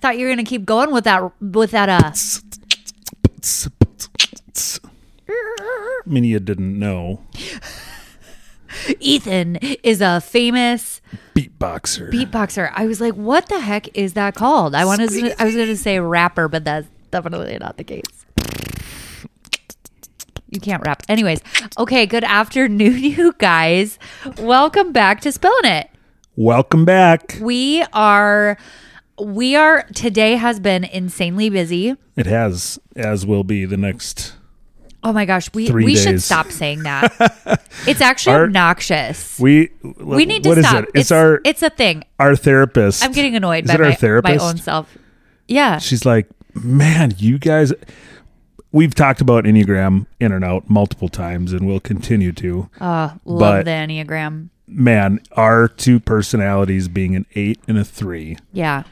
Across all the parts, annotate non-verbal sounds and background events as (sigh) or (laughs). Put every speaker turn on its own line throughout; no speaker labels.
thought you were gonna keep going with that with that uh
Minia didn't know.
Ethan is a famous
Beatboxer.
beatboxer. I was like, what the heck is that called? I wanted to, I was gonna say rapper, but that's definitely not the case. You can't rap. Anyways, okay, good afternoon, (laughs) you guys. Welcome back to Spilling It.
Welcome back.
We are we are today has been insanely busy.
It has, as will be the next.
Oh my gosh, we
Three
we should
days.
stop saying that.
(laughs)
it's actually
Our-
obnoxious.
We
We need to stop.
it? It's, our
it's a thing.
our therapist.
I'm getting annoyed
Is
by
it our
my, my
therapist?
own self. Yeah.
She's like, man, you guys. We've talked about Enneagram in and out multiple times, and we'll continue to.
Uh, love
But-
the Enneagram.
man, our two personalities, being an eight and a three,
Yeah.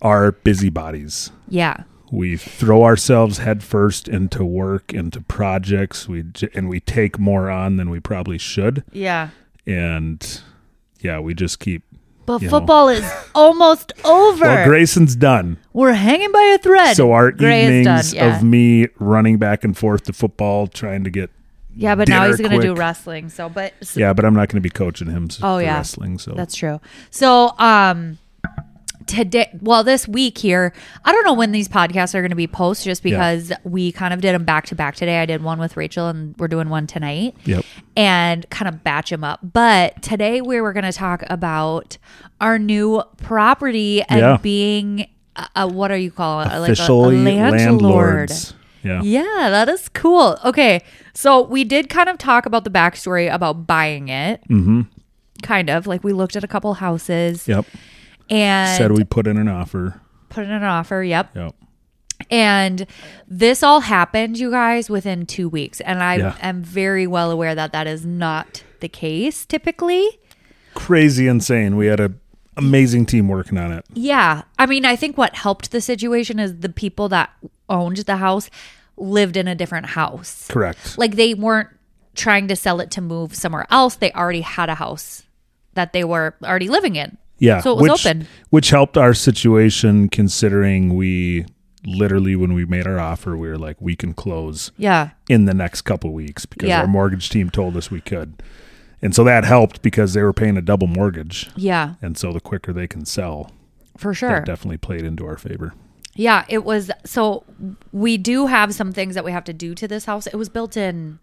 are busybodies.
Yeah.
we throw ourselves headfirst into work into projects we j- and we take more on than we probably should
Yeah.
and yeah we just keep
But
You know.
football is almost over.
(laughs) well grayson's done
We're hanging by a thread.
so our
(laughs) Gray is done,
evenings
yeah.
of me running back and forth to football trying to get
Yeah, but now
dinner
he's going to do
quick.
wrestling. So, but so,
yeah but i'm not going to be coaching him s-
Oh,
for
yeah.
wrestling so
that's true. So, um, today, well, this week here, I don't know when these podcasts are going to be posted just because we kind of did them back to back today. I did one with Rachel and we're doing one tonight.
yep
and kind of batch them up. But today we were going to talk about our new property and
Yeah.
being a, a- what are you calling it?
officially landlords yeah
Yeah, that is cool. Okay, so we did kind of talk about the backstory about buying it. Mm-hmm. Kind of like we looked at a couple houses
yep
and
said we put in an offer
put in an offer. Yep.
yep
And this all happened, you guys, within two weeks. And I
Yeah.
am very well aware that that is not the case typically.
crazy insane we had a amazing team working on it
Yeah. I mean, I think what helped the situation is the people that owned the house lived in a different house.
correct
Like they weren't trying to sell it to move somewhere else. They already had a house that they were already living in.
Yeah.
So it was
which,
open.
Which helped our situation considering we literally when we made our offer, we were like, we can close
Yeah.
in the next couple weeks because
Yeah.
our mortgage team told us we could. And so that helped because they were paying a double mortgage.
Yeah,
And so the quicker they can sell,
for
that
sure.
definitely played into our favor.
Yeah, it was so we do have some things that we have to do to this house. It was built in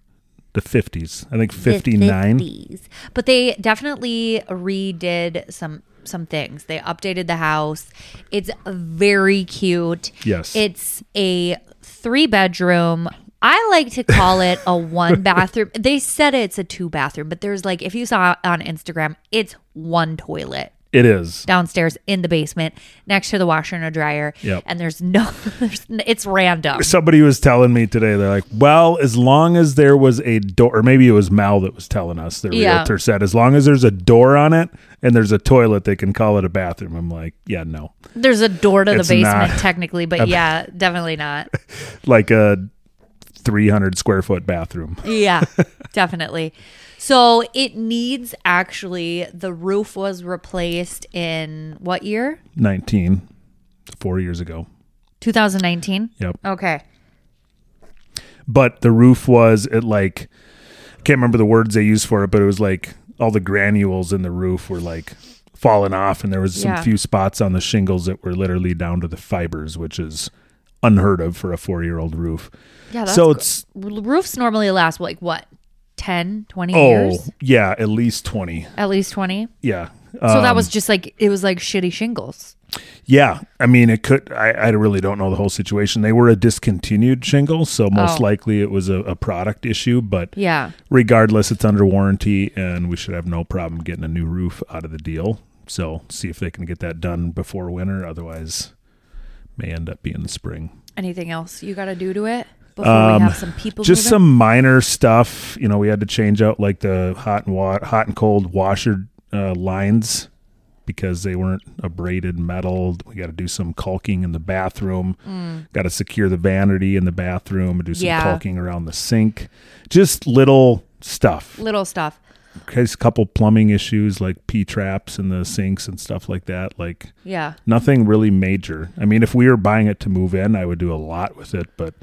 The fifties. I think
the
fifty nine.
50s. But they definitely redid some some things. They updated the house. It's very cute.
Yes.
It's a three bedroom. I like to call it
(laughs)
a one bathroom. They said it's a two bathroom, but there's like if you saw on Instagram, it's one toilet
It is.
downstairs in the basement next to the washer and a dryer.
Yep.
And there's no (laughs) there's, n- it's random.
Somebody was telling me today, they're like, well, as long as there was a door, or maybe it was Mal that was telling us, the
Yeah.
realtor said, as long as there's a door on it and there's a toilet, they can call it a bathroom. I'm like, yeah, no.
There's a door to the
It's
basement
not-
technically, but yeah, definitely not.
Like a 300 square foot bathroom. (laughs)
Yeah, definitely. So it needs actually the roof was replaced in what year?
19, four years ago.
2019.
Yep.
Okay.
But the roof was at like, I can't remember the words they used for it, but it was like all the granules in the roof were like falling off. And there was some
Yeah.
few spots on the shingles that were literally down to the fibers, which is unheard of for a four year old roof.
Yeah, Oh, that's
so it's
cool. roofs normally last like what? 10, 20
oh
years?
yeah at least 20
At least 20.
yeah
So
Uh,
that was just like it was like shitty shingles.
yeah i mean it could I, I really don't know the whole situation they were a discontinued shingle so most
Oh.
likely it was a, a product issue but
Yeah.
regardless it's under warranty and we should have no problem getting a new roof out of the deal so see if they can get that done before winter otherwise may end up being the spring
Anything else you got to do to it before
Um,
we have some people
just
moving?
some minor stuff you know we had to change out like the hot and wa- hot and cold washer uh, lines because they weren't abraded metal we got to do some caulking in the bathroom got to secure the vanity in the bathroom do some
Mm. Yeah.
caulking around the sink just little stuff
little stuff.
has a couple plumbing issues like P traps in the sinks and stuff like that. Like
Yeah.
nothing really major. I mean, if we were buying it to move in, I would do a lot with it, but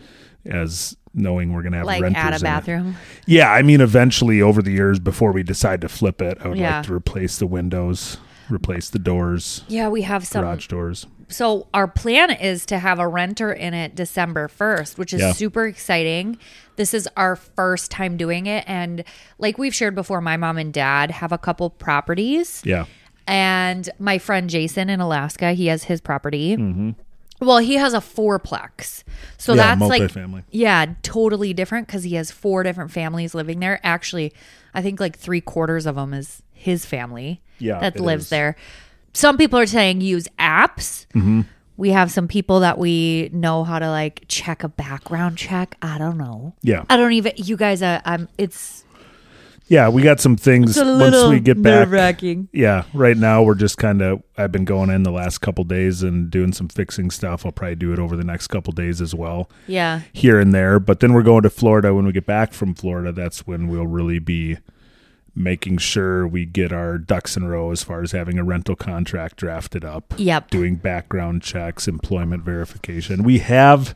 as knowing we're gonna have
Like
renters
add a
in it.
bathroom.
Yeah, I mean, eventually over the years, before we decide to flip it, I would
Yeah.
like to replace the windows, replace the doors,
Yeah, we have some.
garage doors.
So our plan is to have a renter in it December 1st, which is
Yeah.
super exciting. This is our first time doing it and like we've shared before my mom and dad have a couple properties.
Yeah,
And my friend Jason in Alaska, he has his property. Well, he has a fourplex. So
Mm-hmm. Yeah,
that's
multifamily.
like yeah, totally different because he has four different families living there. Actually, I think like three quarters of them is his family
Yeah,
that
it
lives
is.
there. Some people are saying use apps.
Mm-hmm.
We have some people that we know how to like check a background check. I don't know.
yeah,
I don't even. You guys, uh, I'm. It's
yeah. We got some things
it's a
once
little
we get
nerve
back.
wracking.
Yeah, right now we're just kind of. I've been going in the last couple days and doing some fixing stuff. I'll probably do it over the next couple days as well,
Yeah.
here and there. But then we're going to Florida when we get back from Florida. That's when we'll really be making sure we get our ducks in a row as far as having a rental contract drafted up.
Yep.
doing background checks, employment verification. We have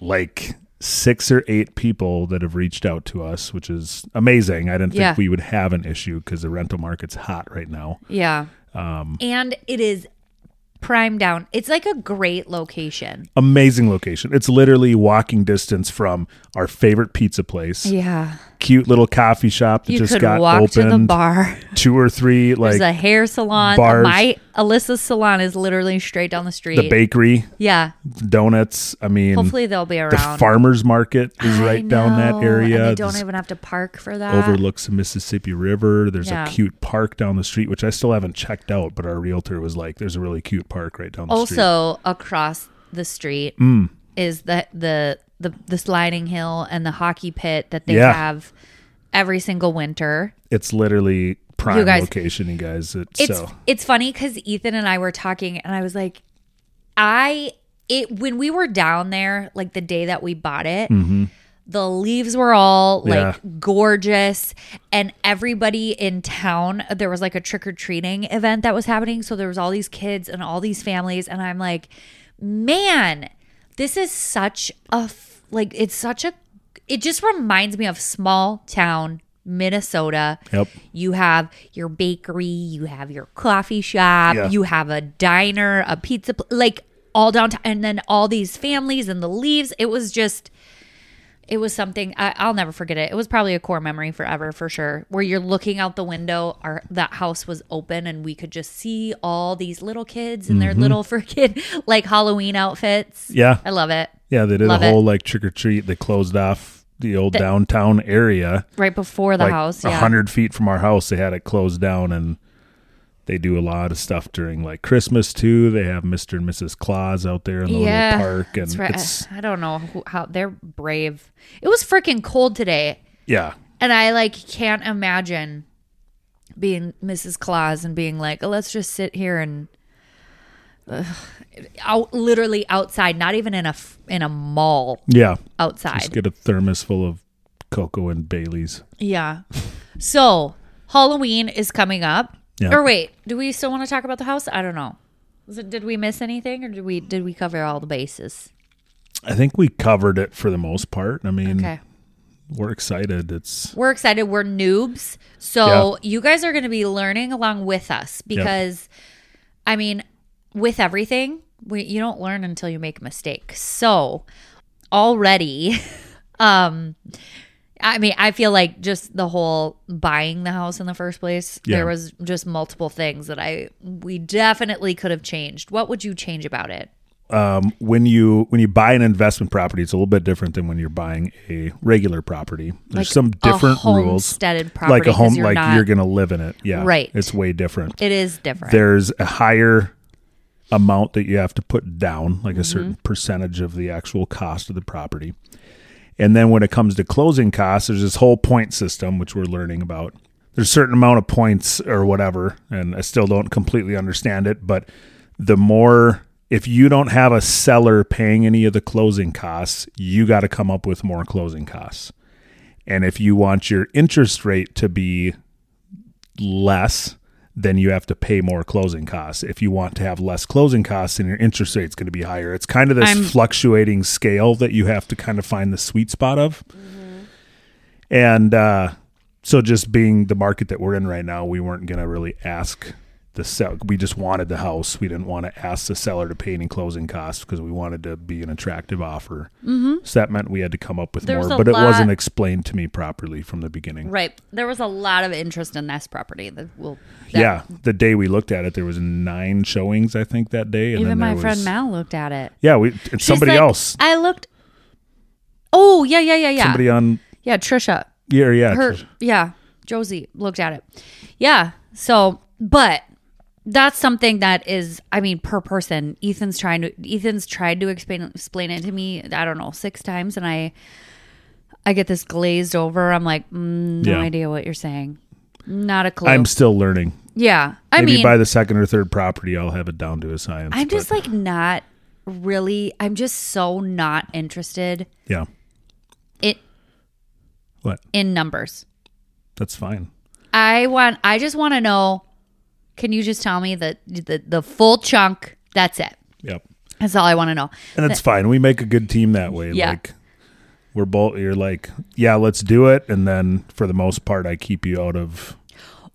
like six or eight people that have reached out to us, which is amazing. I didn't
Yeah.
think we would have an issue because the rental market's hot right now.
Yeah.
Um,
and it is prime down. It's like a great location.
Amazing location. It's literally walking distance from our favorite pizza place,
Yeah.
cute little coffee shop that
You
just
could
got
walk to
opened.
the bar.
Two or three
There's a
like
hair salon.
bars.
My Alyssa's salon is literally straight down the street.
the bakery,
yeah.
donuts. I mean,
Hopefully they'll be
the
around.
farmers market is
I
right down
know,
that area.
And they don't
There's
even have to park for that.
overlooks the Mississippi River. There's
Yeah.
a cute park down the street, which I still haven't checked out, but our realtor was like, "There's a really cute park right down the street."
also across the street
Mm.
is the, the the the sliding hill and the hockey pit that they
Yeah.
have every single winter.
It's literally prime
You guys-
location, you guys. It,
It's
so
it's funny because Ethan and I were talking, and I was like, I it when we were down there, like the day that we bought it. The leaves were all like
Mm-hmm. Yeah.
gorgeous, and everybody in town. There was like a trick or treating event that was happening, so there was all these kids and all these families, and I'm like, man, this is such a f- like it's such a. It just reminds me of small town Minnesota.
Yep.
You have your bakery, you have your coffee shop,
Yeah.
you have a diner, a pizza, pl- like all downtown, and then all these families and the leaves. It was just, it was something I, I'll never forget it. It was probably a core memory forever, for sure. Where you're looking out the window, our that house was open, and we could just see all these little kids in their little (laughs) freaking like Halloween outfits.
Mm-hmm. yeah,
I love it.
yeah, they did a
love it.
whole like trick or treat. They closed off the old downtown area,
Right before the
like
house,
a
yeah.
hundred feet from our house. They had it closed down, and they do a lot of stuff during like Christmas too. They have Mister and Mrs. Claus out there in the
Yeah,
little park, and
That's right.
it's
I don't know who, how they're brave. It was freaking cold today,
yeah,
and I like can't imagine being Mrs. Claus and being like, oh, "Let's just sit here and Ugh. out literally outside, not even in a f- in a mall
yeah.
outside."
Just get a thermos full of cocoa and Bailey's.
Yeah. So Halloween is coming up.
Yeah.
Or wait, do we still want to talk about the house? I don't know. Was it- did we miss anything, or did we did we cover all the bases?
I think we covered it for the most part. I mean,
Okay.
we're excited. It's
we're excited. We're noobs. So you guys are going to be learning along with us because, I mean, with everything, we, you don't learn until you make a mistake. So already, (laughs) um, I mean, I feel like just the whole buying the house in the first place,
Yeah.
there was just multiple things that I, we definitely could have changed. What would you change about it?
um, when you when you buy an investment property, it's a little bit different than when you're buying a regular property. There's some different
a
rules,
homesteaded property.
like a
'cause
home,
you're
like
not-
you're going to live in it. Yeah,
Right.
It's way different.
It is different.
There's a higher amount that you have to put down, like a certain percentage of the actual cost of the property. And then when it comes to closing costs, there's this whole point system which we're learning about. There's a certain amount of points or whatever, and I still don't completely understand it, but the more if you don't have a seller paying any of the closing costs, you got to come up with more closing costs. And if you want your interest rate to be less, then you have to pay more closing costs. If you want to have less closing costs, then your interest rate's going to be higher. It's kind of this
I'm-
fluctuating scale that you have to kind of find the sweet spot of.
Mm-hmm.
And uh, so, just being the market that we're in right now, we weren't going to really ask the sell. We just wanted the house. We didn't want to ask the seller to pay any closing costs because we wanted to be an attractive offer. Mm-hmm. So that meant we had to come up with
There's
more,
a
but it
lot-
wasn't explained to me properly from the beginning.
Right. There was a lot of interest in this property that will. that-
Yeah, the day we looked at it, there was nine showings. I think that day, and
Even
then there
my
was,
friend Mal looked at it.
Yeah, we and
She's
somebody
like,
else,
I looked. Oh yeah, yeah, yeah, yeah.
somebody on.
yeah, Trisha.
Yeah, yeah,
Her. Yeah, Josie looked at it. Yeah. So, but that's something that is. I mean, per person. Ethan's trying to. Ethan's tried to explain explain it to me. I don't know six times, and I. I get this glazed over. I'm like, mm, no
Yeah.
idea what you're saying. Not a clue.
I'm still learning.
yeah. I
Maybe
mean,
by the second or third property, I'll have it down to a science.
I'm
but-
just like not really. I'm just so not interested
yeah.
it
What?
in numbers.
That's fine.
I want. I just want to know. Can you just tell me the the, the full chunk? That's it.
Yep.
That's all I want to know.
And that's fine. We make a good team that way.
Yeah.
Like we're both. You're like, yeah, let's do it. And then for the most part, I keep you out of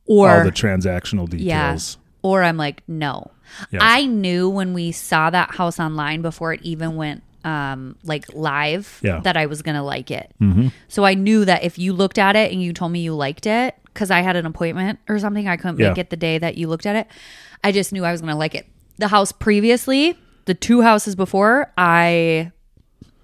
all
Or
the transactional
yeah.
details.
Or I'm like no.
Yeah.
I knew when we saw that house online before it even went um like live
Yeah.
that I was gonna like it. Mm-hmm. So I knew that if you looked at it and you told me you liked it because I had an appointment or something, I couldn't
Yeah.
make it the day that you looked at it. I just knew I was gonna like it. The house previously, the two houses before, I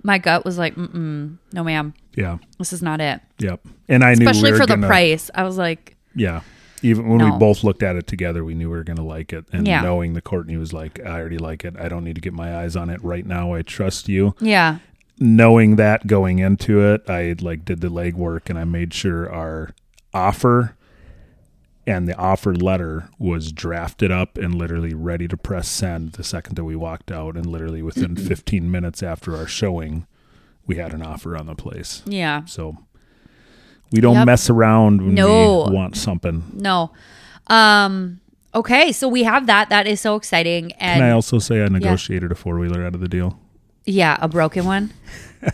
my gut was like, mm no, ma'am,
Yeah.
this is not it.
Yep. And I knew
Especially
we were
for the
gonna-
price, I was like,
Yeah. Even when
No.
we both looked at it together, we knew we were going to like it. And
Yeah.
knowing that Courtney was like, I already like it. I don't need to get my eyes on it right now. I trust you.
yeah,
Knowing that going into it, I like did the legwork and I made sure our offer and the offer letter was drafted up and literally ready to press send the second that we walked out. And
(clears throat)
literally within 15 minutes after our showing, we had an offer on the place.
yeah.
So we don't
Yep.
mess around when
No.
we want something.
No. Um okay, so we have that. That is so exciting and
Can I also say I negotiated a four wheeler out of the deal?
yeah, a broken one. Oh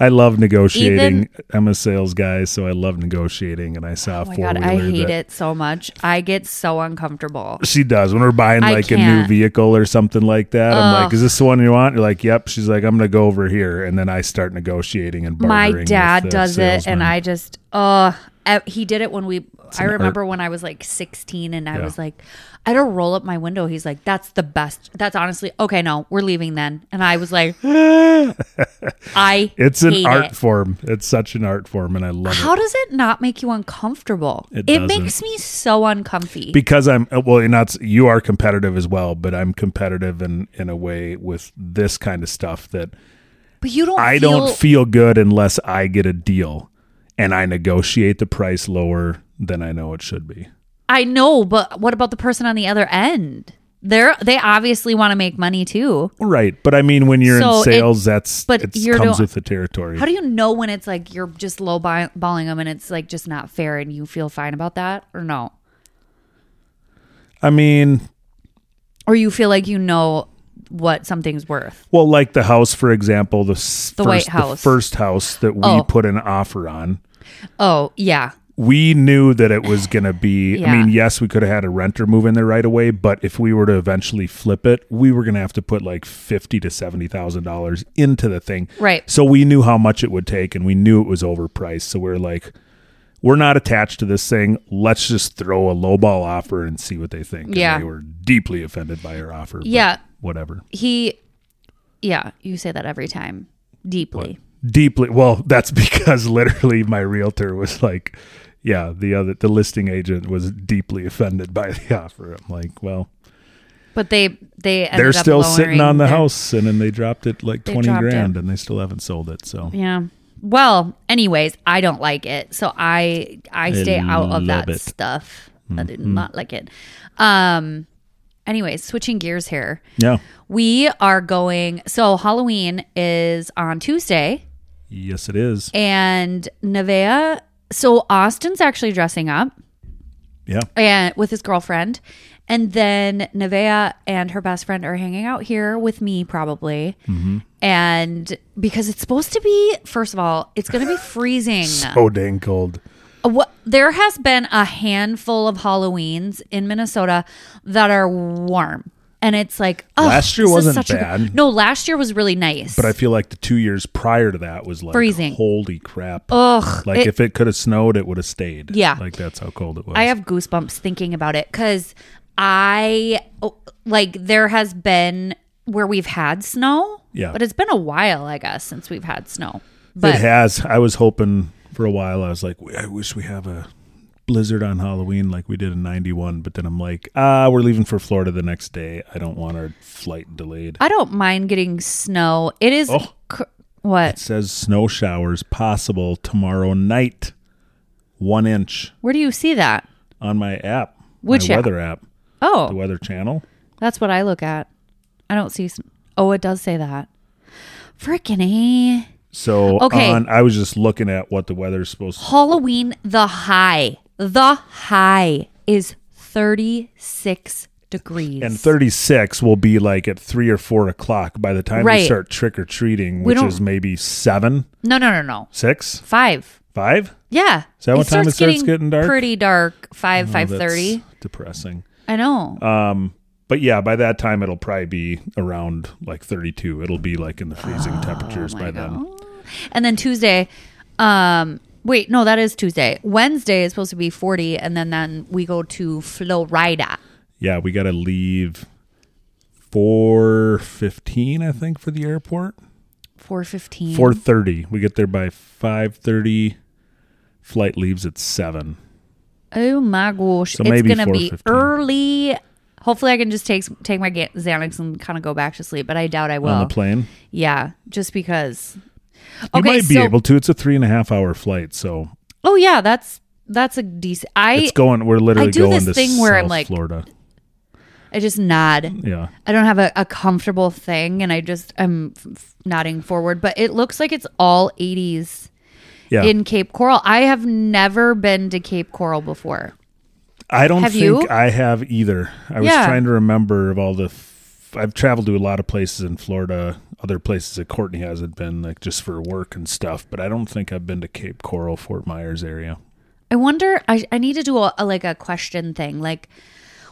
I love negotiating.
Even-
I'm a sales guy, so I love negotiating. And I saw a
Oh my
four
god,
wheeler.
I hate it so much. I get so uncomfortable.
She does when we're buying
I
like a new
can't.
vehicle or something like that. I'm like,
Ugh.
"Is this the one you want?" You're like, "Yep." She's like, "I'm gonna go over here," and then I start negotiating and
My
bartering with the
dad does it
salesman.
and I just uh he did it when we I
an
remember when I was like 16 and I
Yeah.
was like I had to roll up my window. He's like that's the best. That's honestly okay, no, we're leaving then. And I was
(laughs)
like I
It's an
hate
art
it.
form. It's such an art form, and I love it
How does it not make you uncomfortable?
It doesn't.
makes me so uncomfy.
because I'm uh, well. You're not. You are competitive as well, but I'm competitive in in a way with this kind of stuff that
But you don't.
I
feel,
don't feel good unless I get a deal and I negotiate the price lower than I know it should be.
I know, but what about the person on the other end? They're they obviously want to make money too.
Right. But I mean, when you're
So
in
it-
sales, that's,
but
it
you're
comes
doing-
with the territory.
How do you know when it's like you're just low buy- balling them and it's like just not fair and you feel fine about that or no?
I mean,
Or you feel like you know what something's worth.
well, like the house, for example, the, s-
The White
first,
House.
first house that we
Oh.
put an offer on.
Oh, yeah.
we knew that it was going to be i
Yeah.
mean yes we could have had a renter move in there right away but if we were to eventually flip it we were going to have to put like 50 to 70 thousand dollars into the thing
Right.
so we knew how much it would take and we knew it was overpriced so we are like we're not attached to this thing let's just throw a lowball offer and see what they think And
Yeah.
they were deeply offended by our offer but
Yeah.
whatever
He Yeah, you say that every time. Deeply.
deeply well that's (laughs) because literally my realtor was like yeah the other the listing agent was deeply offended by the (laughs) offer i'm like well
But they they ended
they're
up
still sitting
lowering
on the
their-
house and then they dropped it like 20
dropped it.
grand and they still haven't sold it so
Yeah. Well, anyways, I don't like it. So I I stay out of that
love it. Mm-hmm.
stuff. I did not like it. Um anyways, switching gears here.
yeah
We are going so Halloween is on Tuesday
yes it is
and Nevea so Austin's actually dressing up.
Yeah.
and with his girlfriend. And then Nevaeh and her best friend are hanging out here with me probably.
Mm-hmm.
And because it's supposed to be, first of all, it's going to
(laughs)
be freezing.
So dang cold.
What there has been a handful of Halloweens in Minnesota that are warm, and it's like oh,
Last year
this is
wasn't
such a-
bad.
no, last year was really nice.
But I feel like the two years prior to that was like
Freezing.
Holy crap!
Ugh,
like
it-
if it could have snowed, it would have stayed.
Yeah.
like that's how cold it was.
I have goosebumps thinking about it because I oh, like there has been where we've had snow,
Yeah.
but it's been a while, I guess, since we've had snow. But
it has. I was hoping for a while. I was like, I wish we have a blizzard on Halloween like we did in '91. But then I'm like, ah, we're leaving for Florida the next day. I don't want our flight delayed.
I don't mind getting snow. It is
Oh.
cr- what?
It says snow showers possible tomorrow night, one inch
Where do you see that?
on my app,
Which
my
app?
weather app,
Oh,
the Weather Channel.
That's what I look at. I don't see. Some, oh, it does say that. Freaking a
So
Okay.
on, I was just looking at what the weather's supposed to.
Halloween. The high. The high is thirty six degrees.
And 36 will be like at three or four o'clock by the time we
Right.
start trick or treating, which
don't-
is maybe seven,
no, no, no, no.
six,
Five.
five.
Yeah.
that what time it starts getting dark?
Pretty dark. Five.
Oh, uh,
Five
that's
thirty.
Depressing.
I know.
But yeah, by that time it'll probably be around like 32. It'll be like in the
Oh
freezing temperatures by then.
and then Tuesday. Um. Wait. No, that is Tuesday. Wednesday is supposed to be forty, and then then we go to Florida.
Yeah, we got to leave 4:15 I think for the airport.
Four fifteen.
4:30. We get there by 5:30. Flight leaves at 7.
Oh my gosh, it's
maybe
gonna be
4:15.
early. Hopefully, I can just take take my Ga- Xanax and kind of go back to sleep, but I doubt I will.
on the plane.
Yeah, just because.
You
Okay,
might be
so
able to. It's a three and a half hour flight, so
oh yeah, that's that's a decent. I
it's going. We're literally
I do
going
this
to
thing where I'm
South
like-
Florida.
I just nod.
Yeah,
I don't have a, a comfortable thing, and I just I'm f- f- nodding forward. But it looks like it's all 80s
yeah.
in Cape Coral. I have never been to Cape Coral before.
I don't
have
think
you?
I have either. I was
Yeah.
trying to remember of all the. F- I've traveled to a lot of places in Florida, other places that Courtney hasn't been, like just for work and stuff. But I don't think I've been to Cape Coral, Fort Myers area.
I wonder. I, I need to do a, a like a question thing. Like,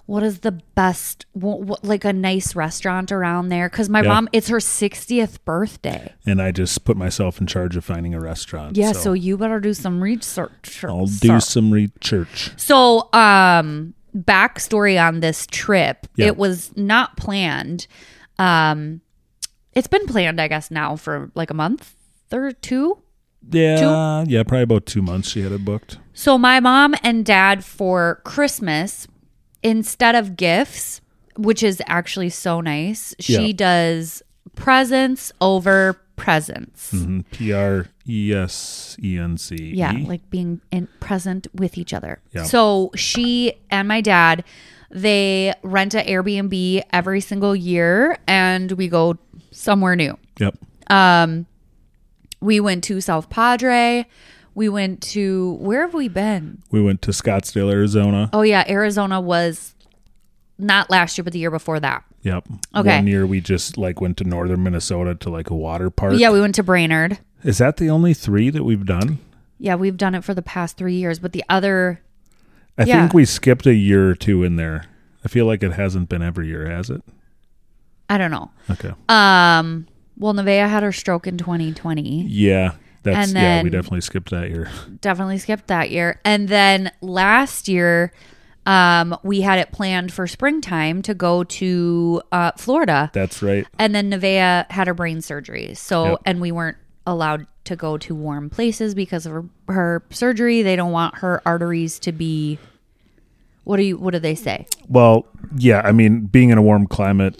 what is the best? wh- wh- like a nice restaurant around there? Because my
Yeah.
mom, it's her sixtieth birthday.
And I just put myself in charge of finding a restaurant.
Yeah, so, you better do some research.
I'll do
So,
some research.
so um, backstory on this trip.
Yeah.
It was not planned. Um, it's been planned, I guess, now for like a month or two.
Yeah, yeah, probably about two months. She had it booked.
So my mom and dad for Christmas, instead of gifts, which is actually so nice, she
Yeah.
does presents over presents.
Mhm. P R E S E N C.
Yeah, like being in present with each other.
Yeah.
So she and my dad, they rent an Airbnb every single year and we go somewhere new.
Yep.
We went to South Padre. We went to where have we been?
We went to Scottsdale, Arizona.
Oh yeah, Arizona was not last year, but the year before that.
Yep.
Okay.
One year we just like went to northern Minnesota to like a water park.
Yeah, we went to Brainerd.
Is that the only three that we've done?
Yeah, we've done it for the past three years, but the other
I
Yeah.
think we skipped a year or two in there. I feel like it hasn't been every year, has it?
I don't know.
Okay.
Um well Nevaeh had her stroke in twenty twenty.
yeah. That's
and
yeah, we
then-
definitely skipped that year.
Definitely skipped that year. And then last year, um, we had it planned for springtime to go to uh, Florida.
That's right.
And then Nevaeh had her brain surgery. So,
Yep.
and we weren't allowed to go to warm places because of her, her surgery. They don't want her arteries to be. What do you? What do they say?
Well, yeah, I mean, being in a warm climate,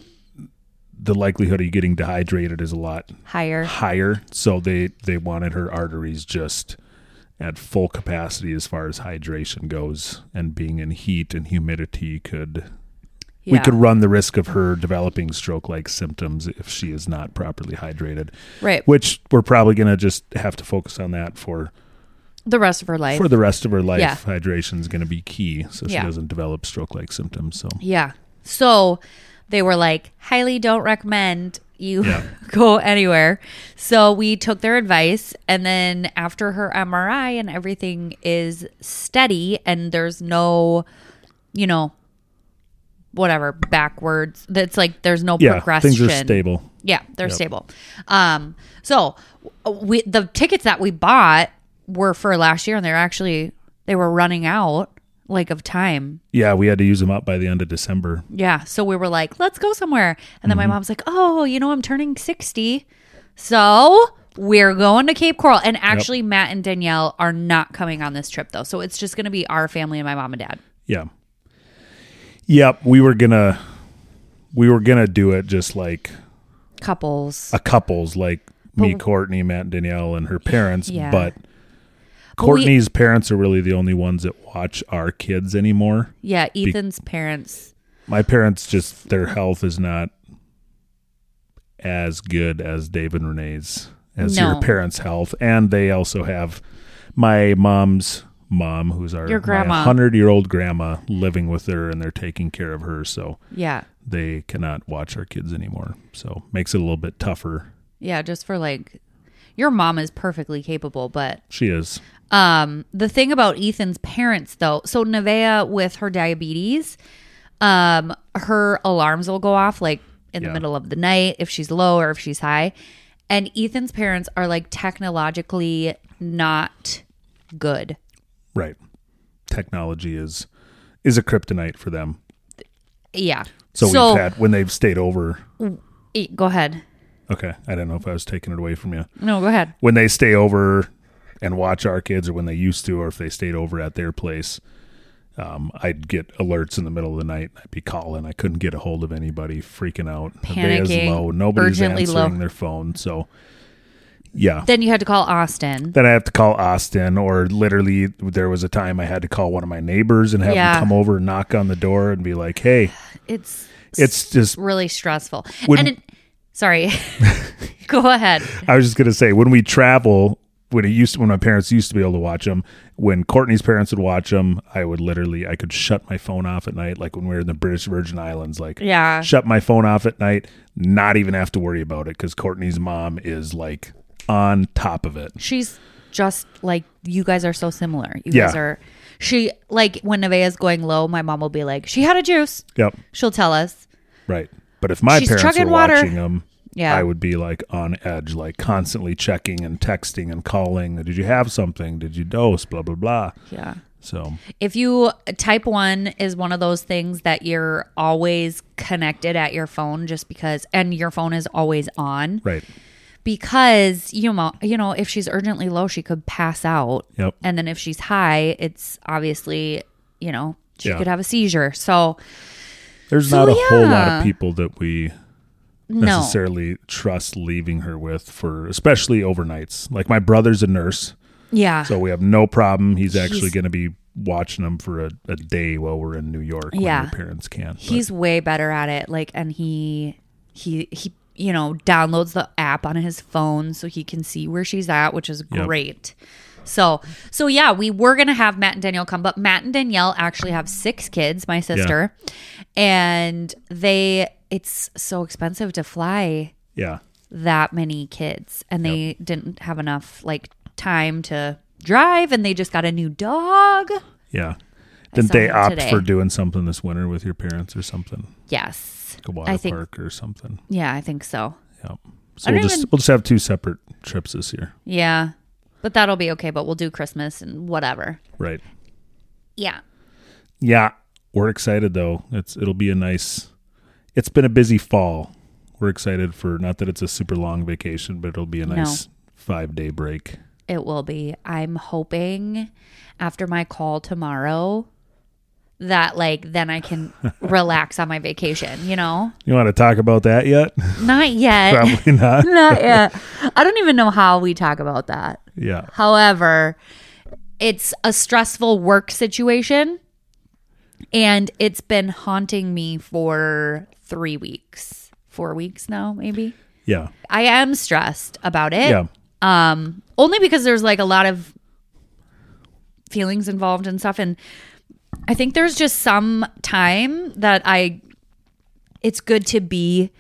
the likelihood of you getting dehydrated is a lot
Higher.
higher. So they they wanted her arteries just at full capacity as far as hydration goes and being in heat and humidity could we
Yeah.
could run the risk of her developing stroke like symptoms if she is not properly hydrated
Right.
which we're probably going to just have to focus on that for
the rest of her life.
for the rest of her life.
Yeah.
Hydration is going to be key, so she
Yeah.
doesn't develop stroke-like symptoms. So
yeah. So they were like, highly don't recommend you
Yeah.
(laughs) go anywhere. So we took their advice. And then after her MRI and everything is steady and there's no, you know, whatever backwards, that's like there's no
yeah,
progression.
things are stable.
Yeah, they're stable. Um, so w- we the tickets that we bought were for last year, and they're actually they were running out like of time.
Yeah, we had to use them up by the end of December.
Yeah, so we were like, let's go somewhere, and then my mom's like, oh, you know, I'm turning sixty, so we're going to Cape Coral. And actually, Matt and Danielle are not coming on this trip though, so it's just going to be our family and my mom and dad.
Yeah. Yep, we were gonna we were gonna do it just like
Couples,
a couples, like me, Courtney, Matt, and Danielle, and her parents.
Yeah.
But Courtney's parents are really the only ones that watch our kids anymore.
yeah. Ethan's parents,
My parents just their health is not as good as Dave and Renee's as
No.
your parents' health, and they also have my mom's mom, who's our
Your grandma.
hundred year old grandma, living with her, and they're taking care of her. So
yeah,
they cannot watch our kids anymore. So makes it a little bit tougher.
yeah. Just for like, your mom is perfectly capable, but
She is.
Um, the thing about Ethan's parents, though, so Nevaeh with her diabetes, um, her alarms will go off like in the
Yeah.
middle of the night if she's low or if she's high. And Ethan's parents are like technologically not good.
Right. Technology is is a kryptonite for them.
Yeah.
So, we've had when they've stayed over.
e- go ahead.
Okay, I don't know if I was taking it away from you.
No, go ahead.
When they stay over and watch our kids, or when they used to, or if they stayed over at their place, um, I'd get alerts in the middle of the night. I'd be calling. I couldn't get a hold of anybody, freaking out. Nevaeh's
Panicking,
low. Nobody's
urgently
answering
low.
their phone. So, yeah.
Then you had to call Austin.
then I have to call Austin, or literally, there was a time I had to call one of my neighbors and have
Yeah.
them come over and knock on the door and be like, "Hey,
It's
it's just."
really stressful.
When-
and it, sorry. (laughs) go ahead.
I was just gonna say when we travel, when it used, when my parents used to be able to watch them, when Courtney's parents would watch them, I would literally, I could shut my phone off at night, like when we were in the British Virgin Islands, like
Yeah.
shut my phone off at night, not even have to worry about it because Courtney's mom is like on top of it.
she's just like you guys are so similar. You
Yeah.
guys are she like when Nevaeh's going low, my mom will be like, She had a juice.
Yep,
She'll tell us.
right. But if my
She's
parents
chugging
were
water.
watching them.
Yeah.
I would be like on edge, like constantly checking and texting and calling. Did you have something? Did you dose? Blah blah blah.
yeah.
So
If you type one is one of those things that you're always connected at your phone just because and your phone is always on.
right,
Because you know you know, if she's urgently low, she could pass out.
Yep.
And then if she's high, it's obviously, you know, she
Yeah.
could have a seizure. So
there's
So,
not a whole lot
yeah.
of people that we
no.
necessarily trust leaving her with for, especially overnights. Like my brother's a nurse,
Yeah.
so we have no problem. He's actually
He's-
going to be watching them for a, a day while we're in New York. when
Yeah.
your parents can. But
he's way better at it like and he he he you know downloads the app on his phone so he can see where she's at which is
Yep.
great so so yeah we were gonna have matt and danielle come but matt and danielle actually have six kids my sister and they it's so expensive to fly
yeah,
that many kids and they didn't have enough like time to drive and they just got a new dog
yeah. Didn't
saw
they
him
opt
today.
for doing something this winter with your parents or something?
yes
Like a
I
water
think-
park or something.
yeah i think so
Yep. So
I
we'll
don't
just
even-
we'll just have two separate trips this year.
Yeah. But that'll be okay, but we'll do Christmas and whatever.
Right.
Yeah.
Yeah. We're excited though. It's it'll be a nice it's been a busy fall. We're excited for not that it's a super long vacation, but it'll be a nice five day break.
It will be. I'm hoping after my call tomorrow that like then I can relax on my vacation, you know?
You want to talk about that yet? (laughs)
Not yet.
Probably not.
(laughs) Not yet. I don't even know how we talk about that.
Yeah.
However, it's a stressful work situation and it's been haunting me for 3 weeks. 4 weeks now, maybe.
Yeah.
I am stressed about it.
Yeah.
Um, only because there's like a lot of feelings involved and stuff. And I think there's just some time that I, it's good to be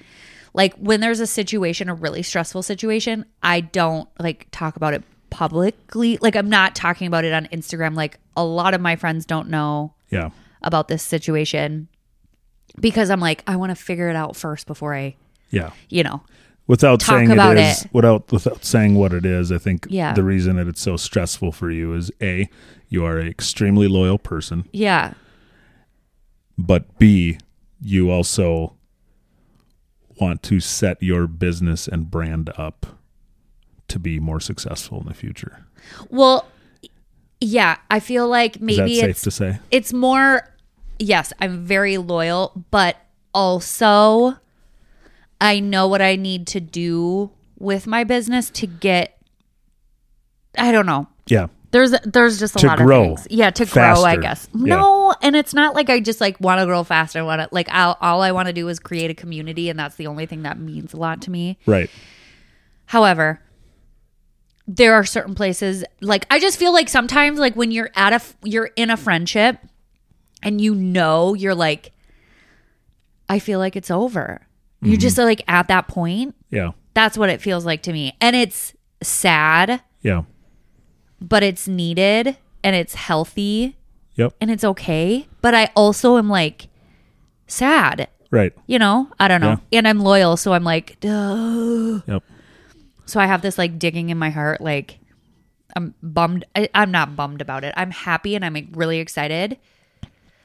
like when there's a situation, a really stressful situation, I don't like talk about it publicly. Like I'm not talking about it on Instagram. Like a lot of my friends don't know
Yeah.
about this situation because I'm like, I want to figure it out first before I,
Yeah.
you know,
Without
Talk
saying
about
it is
it.
without without saying what it is, I think
Yeah.
the reason that it's so stressful for you is A, you are an extremely loyal person,
yeah,
but B, you also want to set your business and brand up to be more successful in the future.
Well, yeah, I feel like
Is
maybe
that
it's
safe to say?
it's more yes, I'm very loyal, but also I know what I need to do with my business to get I don't know.
Yeah.
There's there's just a
To
lot
grow
of things. Yeah, to grow, I
faster.
guess.
Yeah.
No, and it's not like I just like want to grow fast. I want to like I'll, all I want to do is create a community and that's the only thing that means a lot to me.
Right.
However, there are certain places like I just feel like sometimes like when you're at a f- you're in a friendship and you know you're like I feel like it's over. You just are like at that point.
Yeah.
That's what it feels like to me. And it's sad,
Yeah.
but it's needed and it's healthy
Yep.
and it's okay, but I also am like sad,
Right.
you know? I don't know. And I'm loyal, so I'm like, Duh.
Yep.
So I have this like digging in my heart, like I'm bummed. I, I'm not bummed about it. I'm happy and I'm like, really excited.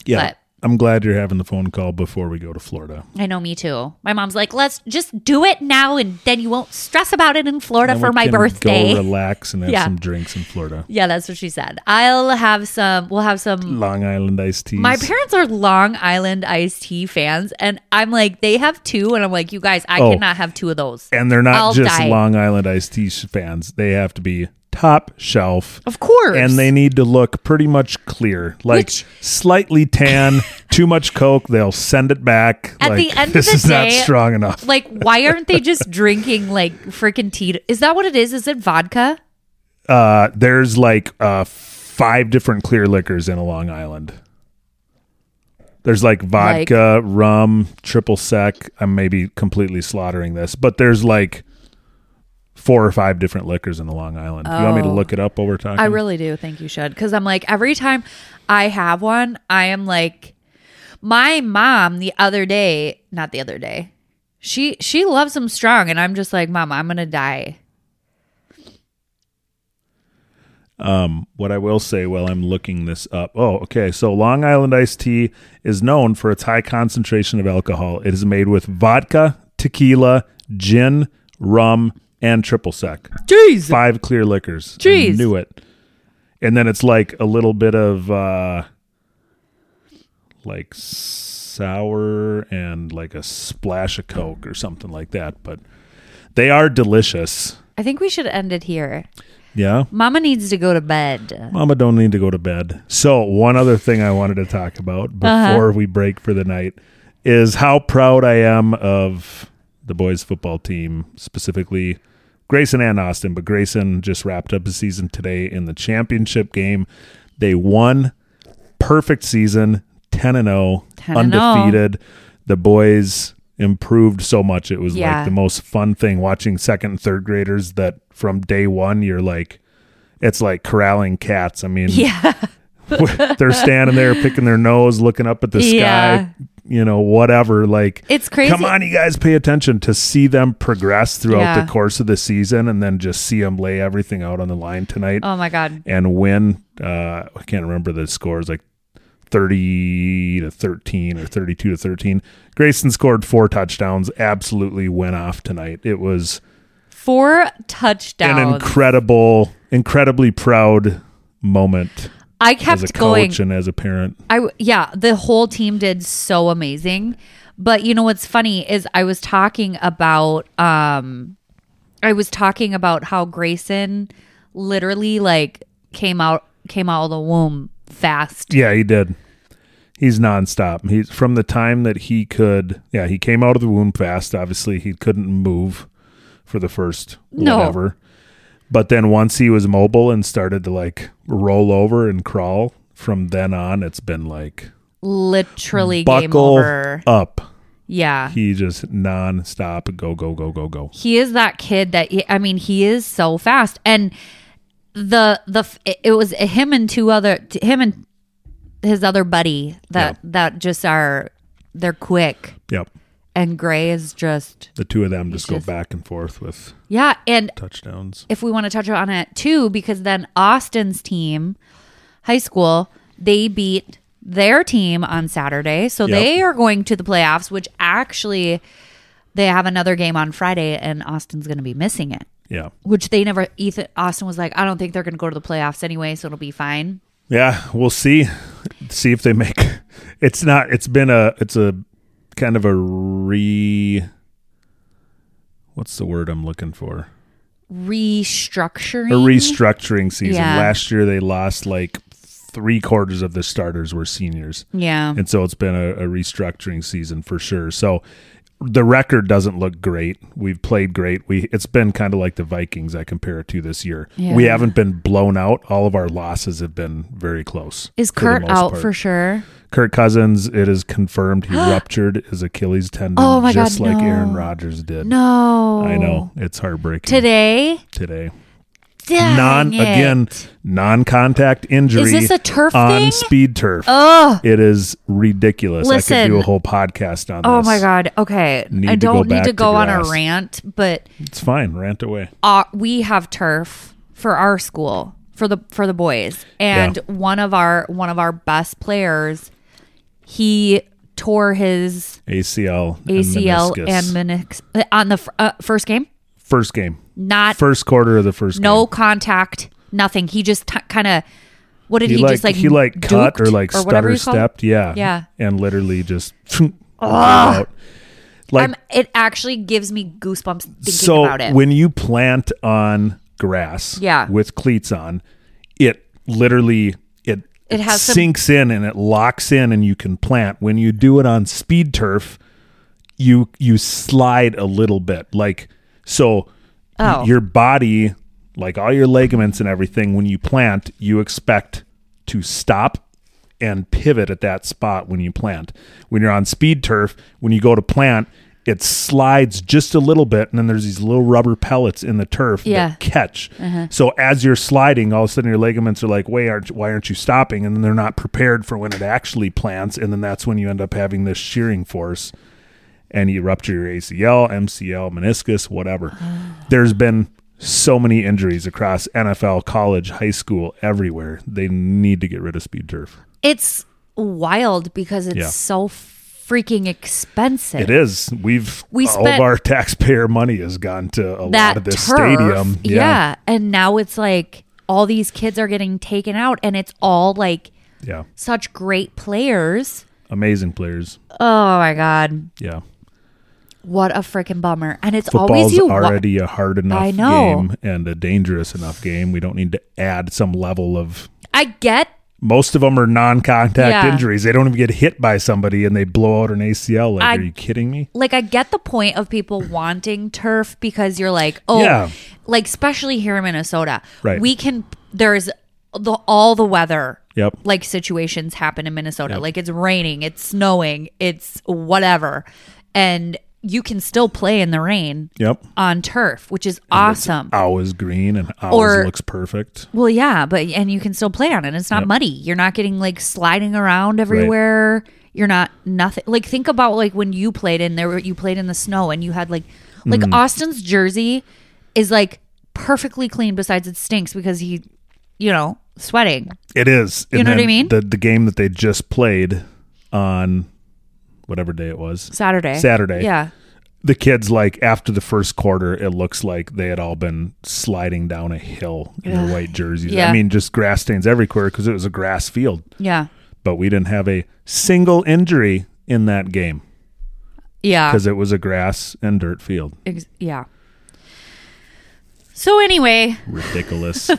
Yeah.
But-
I'm glad you're having the phone call before we go to Florida.
I know me too. My mom's like, let's just do it now and then you won't stress about it in Florida
Then
for
we
my
can
birthday.
Go relax and have
Yeah.
some drinks in Florida.
(laughs) yeah, that's what she said. I'll have some, we'll have some.
Long Island iced teas.
My parents are Long Island iced tea fans, and I'm like, they have two, and I'm like, you guys, I
Oh.
cannot have two of those.
and they're not
I'll
just
die.
Long Island iced tea fans. They have to be top shelf.
Of course.
And they need to look pretty much clear, like
Which- (laughs)
slightly tan. too much Coke, they'll send it back.
At
like,
the end of
(laughs) this
the
is not
day-
strong enough.
like, why aren't they just (laughs) drinking like freaking tea? Is that what it is? Is it vodka?
Uh, there's like uh, five different clear liquors in a Long Island. There's like vodka, rum, triple sec. I'm maybe completely slaughtering this, but there's like four or five different liquors in a Long Island. You want me to
Oh.
look it up while we're talking?
I really do think you should because I'm like every time I have one, I am like my mom the other day, not the other day. She she loves them strong, and I'm just like, Mom, I'm gonna die.
what I will say while I'm looking this up. Oh, okay. So Long Island iced tea is known for its high concentration of alcohol. It is made with vodka, tequila, gin, rum, and triple sec.
Jeez.
Five clear liquors. I
Jeez.
knew it. And then it's like a little bit of uh like sour and like a splash of coke or something like that, but they are delicious.
I think we should end it here.
Yeah.
Mama needs to go to bed.
Mama don't need to go to bed. So one other thing I wanted to talk about
Uh-huh.
before we break for the night is how proud I am of the boys football team, specifically Grayson and Austin, but Grayson just wrapped up his season today in the championship game. They won perfect season, 10 and 0,
10 and oh. 0.
undefeated. The boys improved so much. It was
Yeah.
like the most fun thing watching second and third graders that from day 1 you're like it's like corralling cats. I mean, (laughs)
Yeah.
they're standing there picking their nose, looking up at the sky,
Yeah.
you know, whatever. Like,
It's crazy.
Come on, you guys, pay attention to see them progress throughout
Yeah.
the course of the season, and then just see them lay everything out on the line tonight
Oh my god.
and win. Uh, I can't remember the scores, like thirty to thirteen or thirty-two to thirteen. Grayson scored four touchdowns. Absolutely went off tonight. It was
Four
an
touchdowns.
incredible, incredibly proud moment
I
as a
kept
coach
going.
and as a parent.
I w- yeah, the whole team did so amazing. But you know what's funny is I was talking about um I was talking about how Grayson literally like came out came out of the womb fast.
Yeah, he did. He's nonstop. He's from the time that he could. Yeah, he came out of the womb fast. Obviously, he couldn't move for the first
No.
whatever. But then once he was mobile and started to like roll over and crawl, from then on it's been like
Literally game
buckle
over.
up.
Yeah.
He just nonstop go go go go go.
he is that kid that he, I mean he is so fast and the the f- it- it was him and two other t- him and his other buddy that that just are they're quick
Yep.
and Gray is just
The two of them just go
just-
back and forth with
yeah and
touchdowns.
if we want to touch on it too because then Austin's team high school they beat their team on Saturday so
Yep.
they are going to the playoffs which actually they have another game on Friday and Austin's going to be missing it
Yeah.
which they never Ethan Austin was like, I don't think they're going to go to the playoffs anyway, so it'll be fine.
Yeah, we'll see. See if they make. It's not. It's been a. It's a kind of a re. What's the word I'm looking for?
Restructuring.
A restructuring season.
Yeah.
Last year they lost like three quarters of the starters were seniors,
yeah.
and so it's been a, a restructuring season for sure. So the record doesn't look great. We've played great. We it's been kind of like the Vikings. I compare it to this year. We
Yeah.
haven't been blown out. All of our losses have been very close.
Is
for the
Kurt
most
out
part.
for sure?
Kirk Cousins, it is confirmed
(gasps)
he ruptured his Achilles tendon
Oh my God,
just like
no.
Aaron Rodgers did.
No.
I know. It's heartbreaking
Today?
today.
Dang
non
it.
again, non contact injury
Is this a turf
on
thing?
speed turf.
Oh.
It is ridiculous. I could
Listen.
do a whole podcast on
Oh
this.
my god. Okay.
Need
I
to go
don't
back
need
to
to go on a
grass.
rant, but
It's fine. Rant away.
uh, we have turf for our school for the for the boys and one of our one of our best players he tore his
ACL.
ACL
and,
and
meniscus.
menis- uh, on the fir- uh, first game.
first game.
Not
First quarter of the first
no
game.
contact, nothing. He just t- kind of what did
He,
he,
like,
just like
he like cut or
duked
like
whatever
stutter
you call it?
stepped, yeah,
Yeah.
and literally just (laughs) out. Like
Um, it actually gives me goosebumps thinking
so
about it.
when you plant on grass
Yeah.
with cleats on it literally it
It has some-
sinks in and it locks in and you can plant when you do it on speed turf you you slide a little bit like so y-
Oh.
your body like all your ligaments and everything when you plant you expect to stop and pivot at that spot when you plant when you're on speed turf when you go to plant it slides just a little bit and then there's these little rubber pellets in the turf
Yeah. Uh-huh.
that catch so as you're sliding all of a sudden your ligaments are like wait aren't, why aren't you stopping and then they're not prepared for when it actually plants and then that's when you end up having this shearing force and you rupture your ACL, MCL, meniscus, whatever.
Oh.
There's been so many injuries across NFL, college, high school, everywhere. They need to get rid of speed turf.
it's wild because it's
Yeah.
so freaking expensive.
It is. We've
We
all of
spent-
our taxpayer money has gone to a
that
lot of this
turf,
stadium.
Yeah. and now it's like all these kids are getting taken out, and it's all like
yeah. Yeah.
such great players.
Amazing players.
Oh my god,
Yeah.
what a freaking bummer! And it's always
Football's
you. wa-
already a hard enough
I know.
game and a dangerous enough game. We don't need to add some level of
I get
most of them are non-contact
Yeah.
injuries. They don't even get hit by somebody and they blow out an ACL. Like,
I-
are you kidding me?
like I get the point of people wanting turf because you're like, oh,
Yeah.
like especially here in Minnesota,
Right.
We can there's the all the weather
Yep.
like situations happen in Minnesota. Like it's raining, it's snowing, it's whatever, and you can still play in the rain
Yep.
on turf, which is awesome.
Ours green and ours
Or-
looks perfect.
Well, yeah, but and you can still play on it. It's not muddy. You're not getting like sliding around everywhere. You're not nothing. Like think about like when you played in there, were- you played in the snow and you had like like
Mm.
Austin's jersey is like perfectly clean. Besides, it stinks because he, you know, sweating.
It is. You
know what I mean?
The the game that they just played on whatever day it was.
Saturday.
Saturday.
Yeah.
The kids like after the first quarter, it looks like they had all been sliding down a hill in their white jerseys. I
Yeah.
mean, just grass stains everywhere because it was a grass field.
Yeah.
But we didn't have a single injury in that game
Yeah.
because it was a grass and dirt field.
Ex- yeah. So anyway, (laughs)
Ridiculous.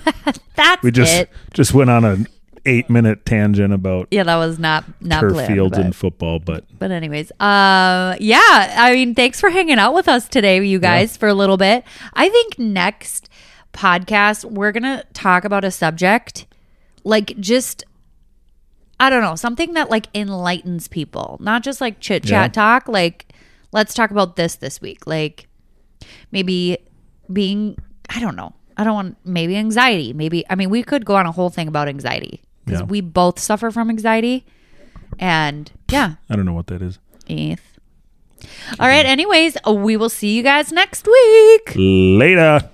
that's
we just
it.
just went on an eight minute tangent about
Yeah, that was not not
turf
planned,
fields
but-
and football, but
But anyways, uh, yeah, I mean, thanks for hanging out with us today, you guys, for a little bit. I think next podcast, we're going to talk about a subject like just I don't know, something that like enlightens people, not just like chit chat
Yeah.
talk. Like, let's talk about this this week. Like, maybe being, I don't know, I don't want maybe anxiety. Maybe I mean we could go on a whole thing about anxiety because
Yeah.
we both suffer from anxiety, and yeah,
I don't know what that is.
eighth. All right. Anyways, we will see you guys next week.
Later.